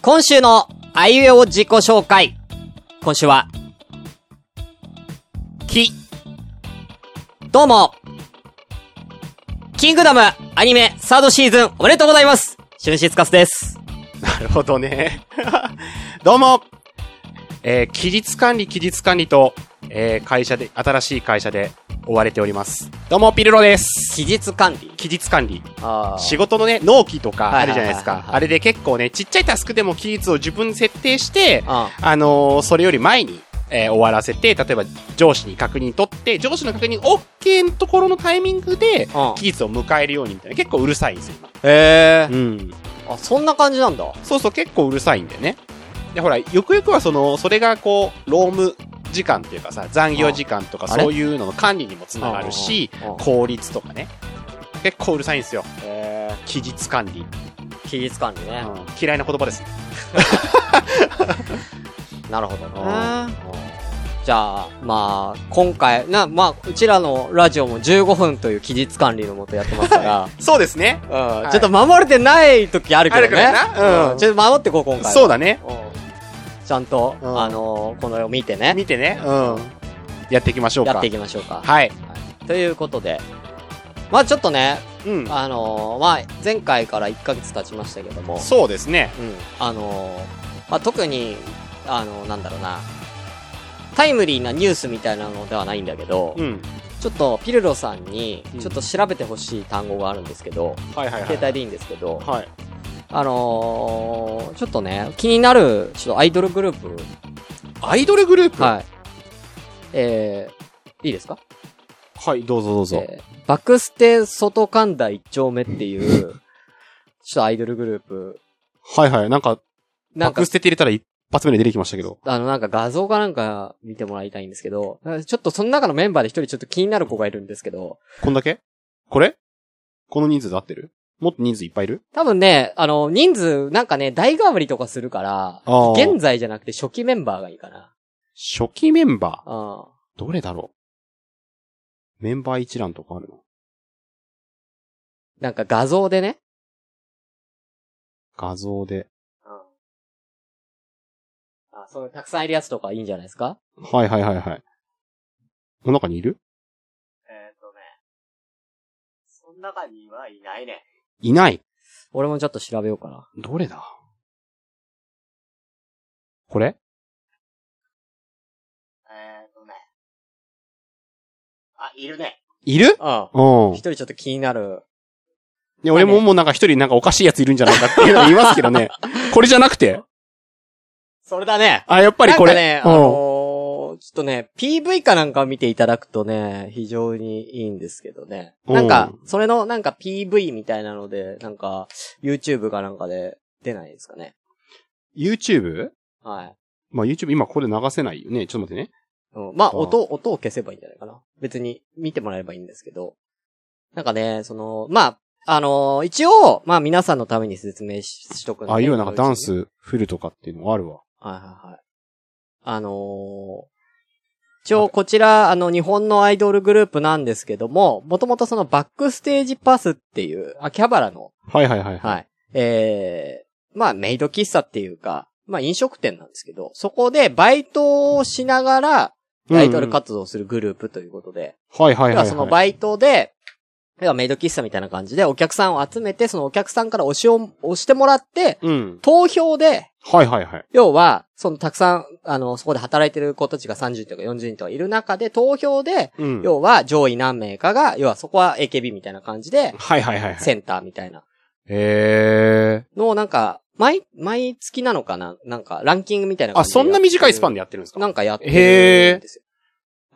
今週のあいうえお自己紹介。今週は、き。どうも、キングダムアニメサードシーズンおめでとうございます。シュンシツカスです。なるほどね。 どうもえー、期日管理、期日管理と、えー、会社で、新しい会社で追われております。どうも、ピルロです。期日管理。期日管理。あ仕事のね、納期とかはいあはいるはいじゃはいないですか。あれで結構ね、ちっちゃいタスクでも期日を自分で設定して、ああのーそれより前に、えー終わらせて、例えば上司に確認取って、上司の確認 OK のところのタイミングでうん、期日を迎えるようにみたいな。結構うるさいんですよ、今。へえ。うん。あ、そんな感じなんだ。そうそう、結構うるさいんだよね。で、ほら、よくよくはその、それがこう、労務時間っていうかさ、残業時間とかああれそういうのの管理にもつながるしあああ、効率とかね。結構うるさいんですよ。へえ。期日管理。期日管理ね。うん嫌いな言葉です。なるほどねあ。じゃあ、まあ、今回、な、まあ、うちらのラジオも15分という期日管理のもとやってます から、そうですね。うんはいちょっと守れてない時あるけどね。あるからなうんちょっと守ってこう、今回は。そうだね。うんちゃんと、うんあのーこのを見てね、見てね。うん。やっていきましょうか。やっていきましょうか。はい。ということで、まあちょっとね、うん。あのーまあ前回から1ヶ月経ちましたけども、そうですね。うん、あのーまあ特に、あのーなんだろうな、タイムリーなニュースみたいなのではないんだけど、うん。ちょっとピルロさんにう、んちょっと調べてほしい単語があるんですけど、はいはいはい。携帯でいいんですけど、はい。あのーちょっとね、気になる、ちょっとアイドルグループアイドルグループはい。えー、いいですかはい、どうぞどうぞ。えー、バクステ外神田一丁目っていう、 ちょっとアイドルグループ。はいはい。なんか、なバんッかク、捨てて入れたら一発目で出てきましたけど。あの、なんか画像かなんか見てもらいたいんですけど、ちょっとその中のメンバーで一人ちょっと気になる子がいるんですけど、こんだけこれこの人数で合ってるもっと人数いっぱいいる多分ね、あの、人数、なんかね、代替わりとかするから、あー現在じゃなくて初期メンバーがいいかな。初期メンバうん。ーどれだろうメンバー一覧とかあるのなんか画像でね。画像で。あ、そう、たくさんいるやつとかいいんじゃないですかはいはいはいはい。この中にいるえっとね。その中にはいないね。いない。俺もちょっと調べようかな。どれだこれえっとね。あ、いるね。いるうん。うん一。人ちょっと気になる。いや俺ももうなんか一人なんかおかしいやついるんじゃないかっていうの言いますけ どね。これじゃなくて。それだね。あ、やっぱりこれ。なんかね、あのーちょっとね、PV かなんかを見ていただくとね、非常にいいんですけどね。なんか、それのなんか PV みたいなので、なんか、YouTube かなんかで出ないですかね。うん、YouTube? はい。まあ YouTube 今ここで流せないよね。ちょっと待ってね。うん、まあ、うん音、音を消せばいいんじゃないかな。別に見てもらえばいいんですけど。なんかね、その、まあ、あのー一応、まあ皆さんのために説明ししとくんであ、いろいろなんかダン。このうちにス、フルとかっていうのがあるわ。はいはいはい。あのー一応こちら、あの、日本のアイドルグループなんですけども、もともとそのバックステージパスっていう、秋葉原の、はいはいはい。はい、えー、まあメイド喫茶っていうか、まあ飲食店なんですけど、そこでバイトをしながら、うんアイドル活動をするグループということで、はいはいは要い、はい。はそのバイトで、要はメイド喫茶みたいな感じでお客さんを集めて、そのお客さんから推しを、押してもらって、うん。投票で、はいはいはい。要は、そのたくさん、あの、そこで働いてる子たちが30人とか40人とかいる中で、投票で、うん。要は上位何名かが、要はそこは AKB みたいな感じで、はいはいはいはい。センターみたいなへえ。のをなんか、毎、毎月なのかななんか、ランキングみたいなあ、そんな短いスパンででやってるんですかなんかやってへるんーですよ。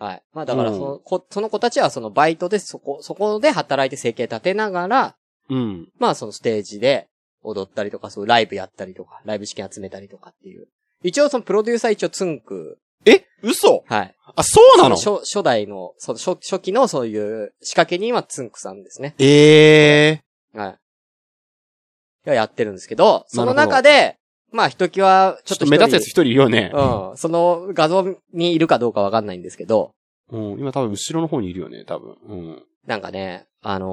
はい。まあだからその、うこその子たちはそのバイトでそこ、そこで働いて生計立てながら、うん。まあそのステージで踊ったりとか、そういうライブやったりとか、ライブ資金集めたりとかっていう。一応そのプロデューサー一応ツンク、え嘘はい。あ、そうなの初初代の、その初初期のそういう仕掛け人はツンクさんですね。ええ。はい。がやってるんですけど、そのなるほど中で、まあひときわちちょょっとっと一人目立つやつ一人いるよね。うん。その画像にいるかどうかわかんないんですけど、うん。今多分後ろの方にいるよね、多分。うん。なんかね、あのー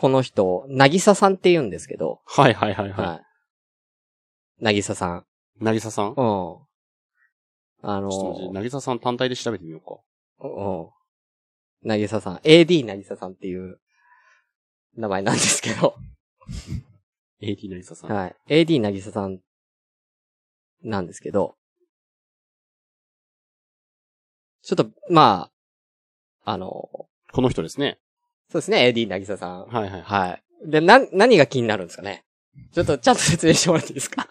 この人、なぎささんって言うんですけど、はいはいはいは。はいなぎささん。なぎささんうん。あのちょっと待って、なぎささん単体で調べてみようか。うん。なぎささん、AD なぎささんっていう名前なんですけど、 AD なぎささん。はい。AD なぎささんなんですけど、ちょっと、まあ、あの、この人ですね。そうですね、AD なぎささん。はいはい。はい。で、な、何が気になるんですかねちょっと、ちゃんと説明してもらっていいですか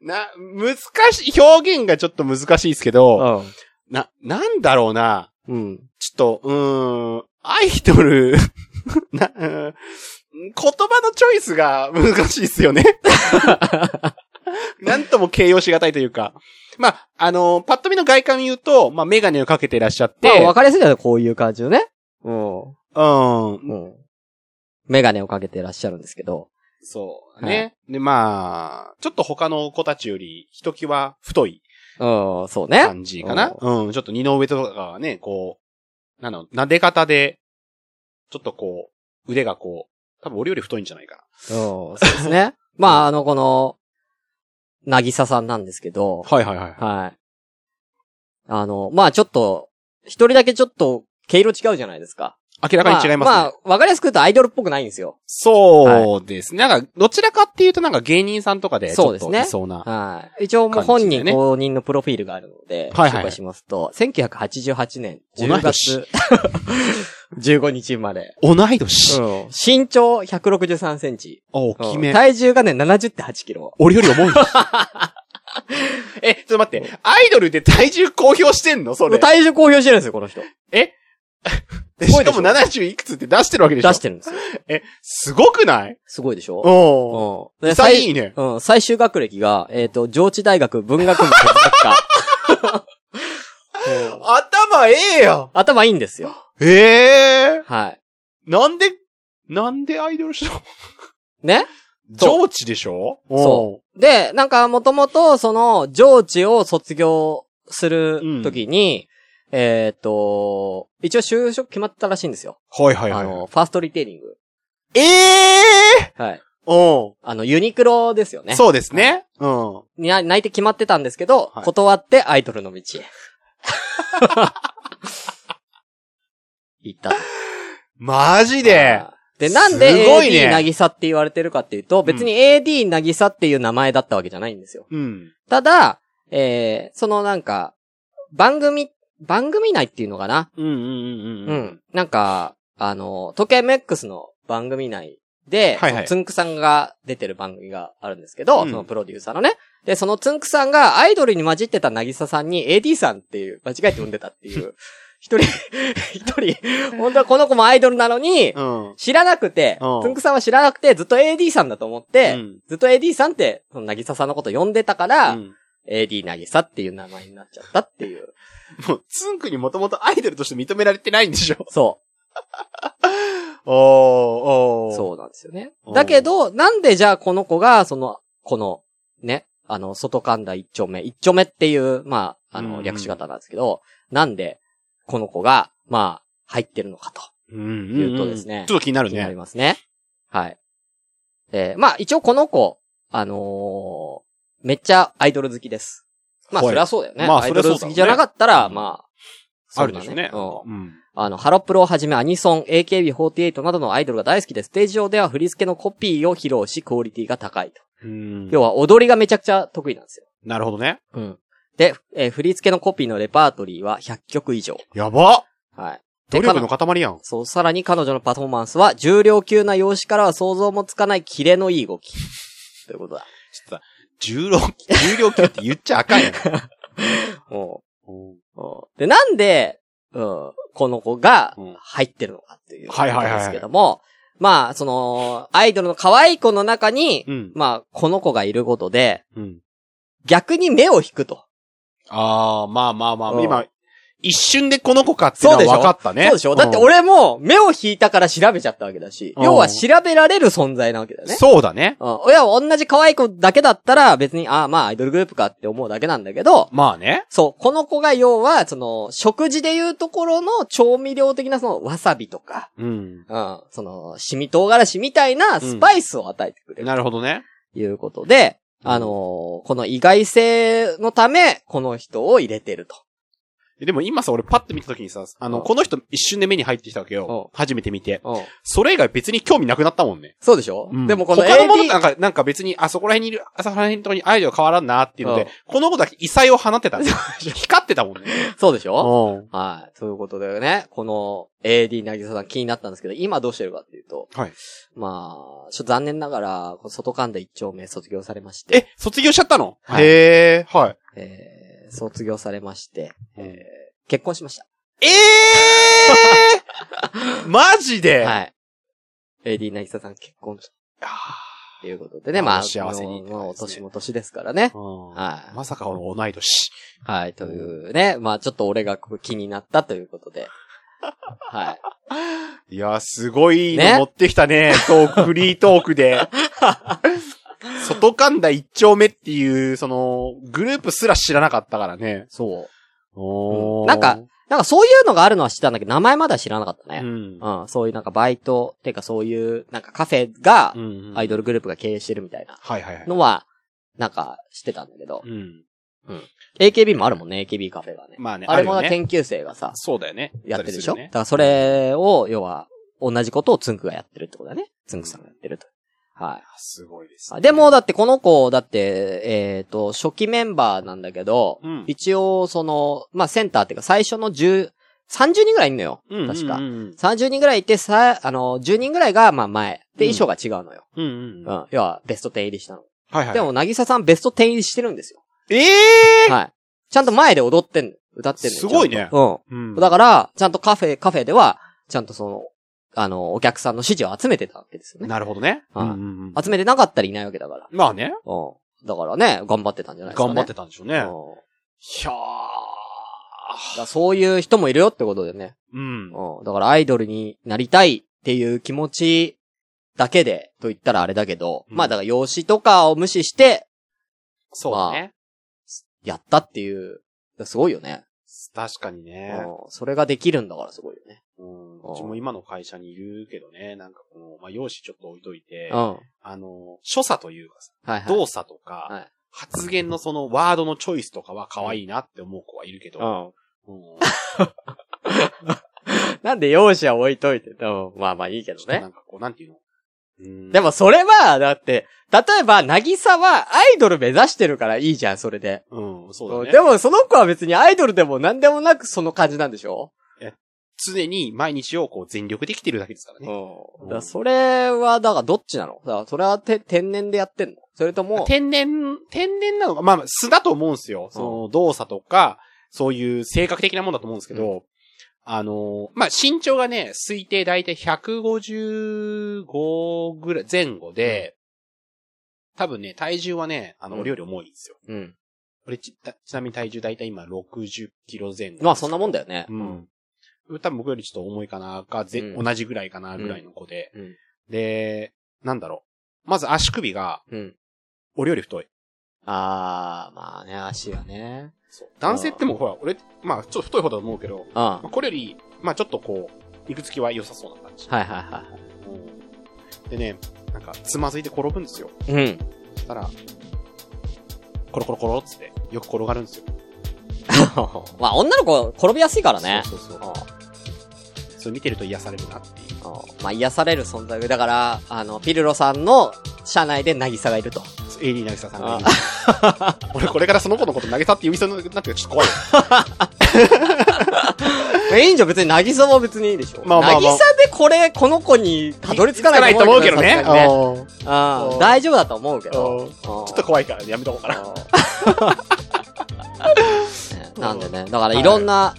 な、難しい、表現がちょっと難しいですけど、ん。な、なんだろうな。うん。ちょっと、うーん、アイドル、 な、うーん言葉のチョイスが難しいですよ ね。なんとも形容しがたいというか。まあ、あのパッと見の外観言うと、まあ、メガネをかけていらっしゃって、まあ、わかりやすいのはこういう感じのね。うん。うん、うん。メガネをかけてらっしゃるんですけど。そう、ね。で、まあ、ちょっと他の子たちより、ひときわ太いうん、そうね。感じかな。うん、ちょっと二の腕とかがね、こう、なの、撫で方で、ちょっとこう、腕がこう、多分俺より太いんじゃないかな。うん、そうです ね。まあ、あの、この、なぎささんなんですけど、はいはいはい。はい。あの、まあちょっと、一人だけちょっと、毛色違うじゃないですか。明らかに違いますね。まあ、まあわかりやすく言うとアイドルっぽくないんですよ。そうですね。なんか、どちらかっていうとなんか芸人さんとかで、ちそうょっですとねいそうな。はい。一応もう本人感じでね公認のプロフィールがあるので、はいはい紹介しますと、1988年同い10年 月15日生まれ。同い年。うん身長163センチ。あ、大きめ。体重がね、70.8キロ。俺より重い。 え、ちょっと待って。アイドルで体重公表してんのそれ。体重公表してるんですよ、この人。えすごしいでかしょも70いくつって出してるわけで出しょしてるんですよ。え、すごくないすごいでしょおー。うん。でさ最いいね。うん、最終学歴が、えっ、と、上智大学文 学部哲学科。うん頭ええやん頭いいんですよ。ええはい。なんで、なんでアイドルしょねそう上智でしょそで、なんか、もともと、その、上智を卒業するときに、えっ、と、一応就職決まったらしいんですよ。う。はいはいはあい。の、ファーストリテイリング。ええはい。おうあの、ユニクロですよね。そうですね。うん。にな泣いて決まってたんですけど、はい断ってアイドルの道へ。 行った。マジで。で、なんですごい AD ねなぎさって言われてるかっていうと、別に AD なぎさっていう名前だったわけじゃないんですよ。うん。ただ、えー、そのなんか、番組、番組内っていうのかなうんうんうんうん。。なんか、あの、時計メックスの番組内で、はいはいそのつんくさんが出てる番組があるんですけど、うんそのプロデューサーのね。で、そのつんくさんがアイドルに混じってたなぎささんに AD さんっていう、間違えて呼んでたって いう。一人、一人、本当はこの子もアイドルなのに、うん。知らなくてうん、つんくさんは知らなくて、ずっと AD さんだと思って、うんずっと AD さんって、そのなぎささんのこと呼んでたから、うん。 AD なぎさっていう名前になっちゃったっていう。もう、つんくにもともとアイドルとして認められてないんでし ょそう。おー、おう。そうなんですよねう。んだけど、なんでじゃあこの子が、その、この、ね、あの、外神田一丁目、一丁目っていう、まあ、あうんうの、ん略し方なんですけど、なんで、この子が、まあ、入ってるのかと、うんうんん。言うとですねちょっと気になる気になりね。ますね。はい。えーまあ、一応この子、あのーめっちゃアイドル好きです。まあ、はいそりゃそうだよね。まあアイドルそりゃ好そうだろうねきじゃなかったら、まあ、あるでしょうね。うんうん。あの、ハロプロをはじめアニソン、AKB48 などのアイドルが大好きで、ステージ上では振り付けのコピーを披露し、クオリティが高いと。うん要は踊りがめちゃくちゃ得意なんですよ。なるほどね。うん。で、えー振り付けのコピーのレパートリーは100曲以上。やばはい。で努力の彼女塊やん。そう、さらに彼女のパフォーマンスは、重量級な容姿からは想像もつかないキレのいい動き。ということだ。ちょっとさ、重量、重量級って言っちゃあかんやん。お おううおうで、なんで、うん、この子がうん入ってるのかっていうことはいはいはいはいですけども、まあ、その、アイドルの可愛い子の中に、うん。まあ、この子がいることで、うん。逆に目を引くと。あー、まあまあまうあ、ん今、一瞬でこの子かっていうのは分かったね。そうでしょだって俺も目を引いたから調べちゃったわけだし、うん要は調べられる存在なわけだようん、ね。そうだね。うん。親は同じ可愛い子だけだったら別に、ああまあアイドルグループかって思うだけなんだけど、まあね。そう、この子が要は、その、食事でいうところの調味料的なその、わさびとか、うん。うん、その、シミ唐辛子みたいなスパイスを与えてくれる。なるほどね。いうことで、あのーこの意外性のため、この人を入れてると。でも今さ、俺パッと見た時にさ、あの、うんこの人一瞬で目に入ってきたわけよ。初めて見て。うん。それ以外別に興味なくなったもんね。そうでしょ、うんでもこの AD、他のものなんか、なんか別に、あそこら辺にいる、あそこら辺のとこにアイドル変わらんなっていうのうでん、この子だけ異彩を放ってた。 光ってたもんね。そうでしょははい。ということでね、この AD なぎささん気になったんですけど、今どうしてるかっていうと、い。まあ、ちょっと残念ながら、外神田一丁目卒業されまして、え、卒業しちゃったのはいへえ、はい。えー卒業されまして、うんえー結婚しました。ええ マジではい。AD なぎささん結婚あということでね、まああ、ー幸せにってもう、もう感じです年ねも年ですからね。ーはいまさかの同い年。はい、というね。まあ、ちょっと俺がこう気になったということで。 はい。いや、すごいのね持ってきたね。トーク、フリートークで。外神田一丁目っていう、その、グループすら知らなかったからね。そう。おーなんか、なんかそういうのがあるのは知ってたんだけど、名前まだ知らなかったうね。ん。うん、そういうなんかバイト、てかそういうなんかカフェがう、んアイドルグループが経営してるみたいなはいはいはい。のは、なんか知ってたんだけど。うん。 AKB もあるもんね、AKB カフェがね。まあねあれもあるよね研究生がさ、そうだよね。やってるでしょ、やったりだからそれを、要は、同じことをツンクがやってるってことだね。ツンクさんがやってると。はい。するよねすごいです、あで、も、だってこの子、だって、えっ、と、初期メンバーなんだけど、うん一応、その、まあ、センターっていうか、最初の10、30人ぐらいいんのよ。うん確かうん。うん30人ぐらいいて、さ、あの、10人ぐらいが、まあ、前。で、うん衣装が違うのよ。うんうん。うはいん。要は、ベスト10入りしたの。はい。でも、なぎささん、ベスト10入りしてるんですよ。ええはい。ちゃんと前で踊ってんの。歌ってんのよ。すごいねちゃんとうんうん。だから、ちゃんとカフェ、カフェでは、ちゃんとその、あの、お客さんの指示を集めてたわけですよね。なるほどね。はいうんうんうん集めてなかったらいないわけだから。まあね。うん。だからね、頑張ってたんじゃないですか、ね。頑張ってたんでしょうね。いうんやだーからそういう人もいるよってことでね。うん。うん。だからアイドルになりたいっていう気持ちだけで、と言ったらあれだけど、うんまあだから容姿とかを無視して、そうだね。やったっていう、すごいよね。確かにうね。ん。それができるんだからすごいよね。うんうんうちも今の会社にいるけどね、なんかこの、まあ、容姿ちょっと置いといてう、ん。はいあの、所作というかさ、はい。動作とはかい、発言のそのワードのチョイスとかは可愛いなって思う子はいるけうど、ん。うんなんで容姿は置いといて、うん、まあまあいいけどちょっとなね。んかこう、なんていうのうんでもそれは、だって、例えば、なぎさはアイドル目指してるからいいじゃん、それで。うん、そうだでね。もその子は別にアイドルでも何でもなくその感じなんでしょ常に毎日をこう全力で生きてるだけですからね。うん。だからそれは、だからどっちなのだからそれはて天然でやってんのそれとも、天然、天然なのか、まあまあ、素だと思うんですよ。その動作とか、そういう性格的なもんだと思うんですけど、あの、まあ、身長がね、推定だいたい155ぐらい前後で、多分ね、体重はね、あの、うん俺より重いんですよ。うん。俺ち、たちなみに体重だいたい今60キロ前後。まあそんなもんだよね。うん。多分僕よりちょっと重いかな、か、ぜ、うん同じぐらいかな、ぐらいの子で。うん。で、なんだろう。まず足首が、うん。俺より太い。あー、まあね、足がね。男性ってもうほら、俺、まあ、ちょっと太い方だと思うけど、うん。はまあこれより、まあ、ちょっとこう、いくつきは良さそうな感じい。はいはうんでね、なんか、つまずいて転ぶんですよ。い。うん。 そしたら、コロコロコロっつって、よく転がるんですよ。まあ女の子転びやすいからね。そうそうそう。それ見てると癒されるなっていう。うんうんまあ癒される存在。だから、あの、ピルロさんの社内でなぎさがいる と。 AD 渚さんがいる。 俺、これからその子のこと投げたって言いそうになってちょっと 怖い。え、いいんじゃん別に、なぎさも別にいいでしょ。まあまあまなあぎさでこれ、この子にたどり着かないと思うけどね。さすがにうんちあうあん大丈夫だと思うけうどん。ちょょっと怖いからやめとこうかな。 なんでね、だからいろんな、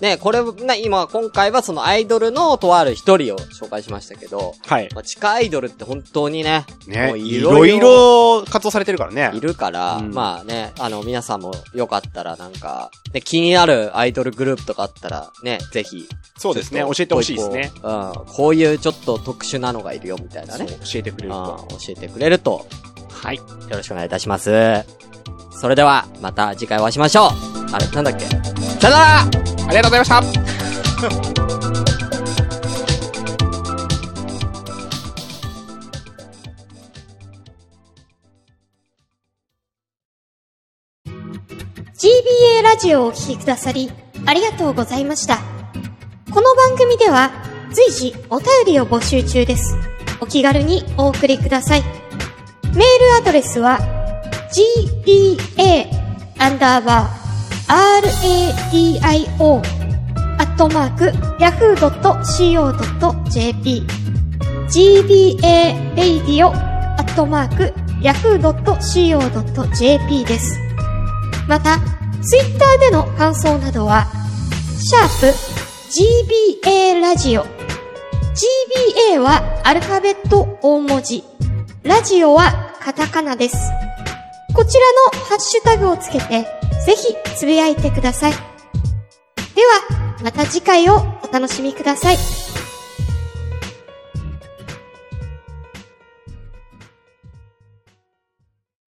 ね、これ、な今、今回はそのアイドルのとある一人を紹介しましたけど、はい。まあ、地下アイドルって本当にね、ねも、ういいろろいいろろ活動されてるからね。いるから、うんまあね、あの、皆さんもよかったらなんか、ね、気になるアイドルグループとかあったら、ね、ぜひ。そうですね。ちょ教っとえてほしいですね。。こううん。こういうちょっと特殊なのがいるよ、みたいなそうね。教えてくれるあと。教えてくれると、はい。よろしくお願いいたします。それでは、また次回お会いしましょうあれ、なんだっけさよならありがとうございました。 GBA ラジオをお聴きくださり、ありがとうございました。この番組では、随時お便りを募集中です。お気軽にお送りください。メールアドレスは、gba, アンダーバー、radio, アットマーク、yahoo.co.jp gba.radio.yahoo.co.jp です。また、ツイッターでの感想などは、シャープ gba ラジオ。gba はアルファベット大文字。ラジオはカタカナです。こちらのハッシュタグをつけて、ぜひつぶやいてください。では、また次回をお楽しみください。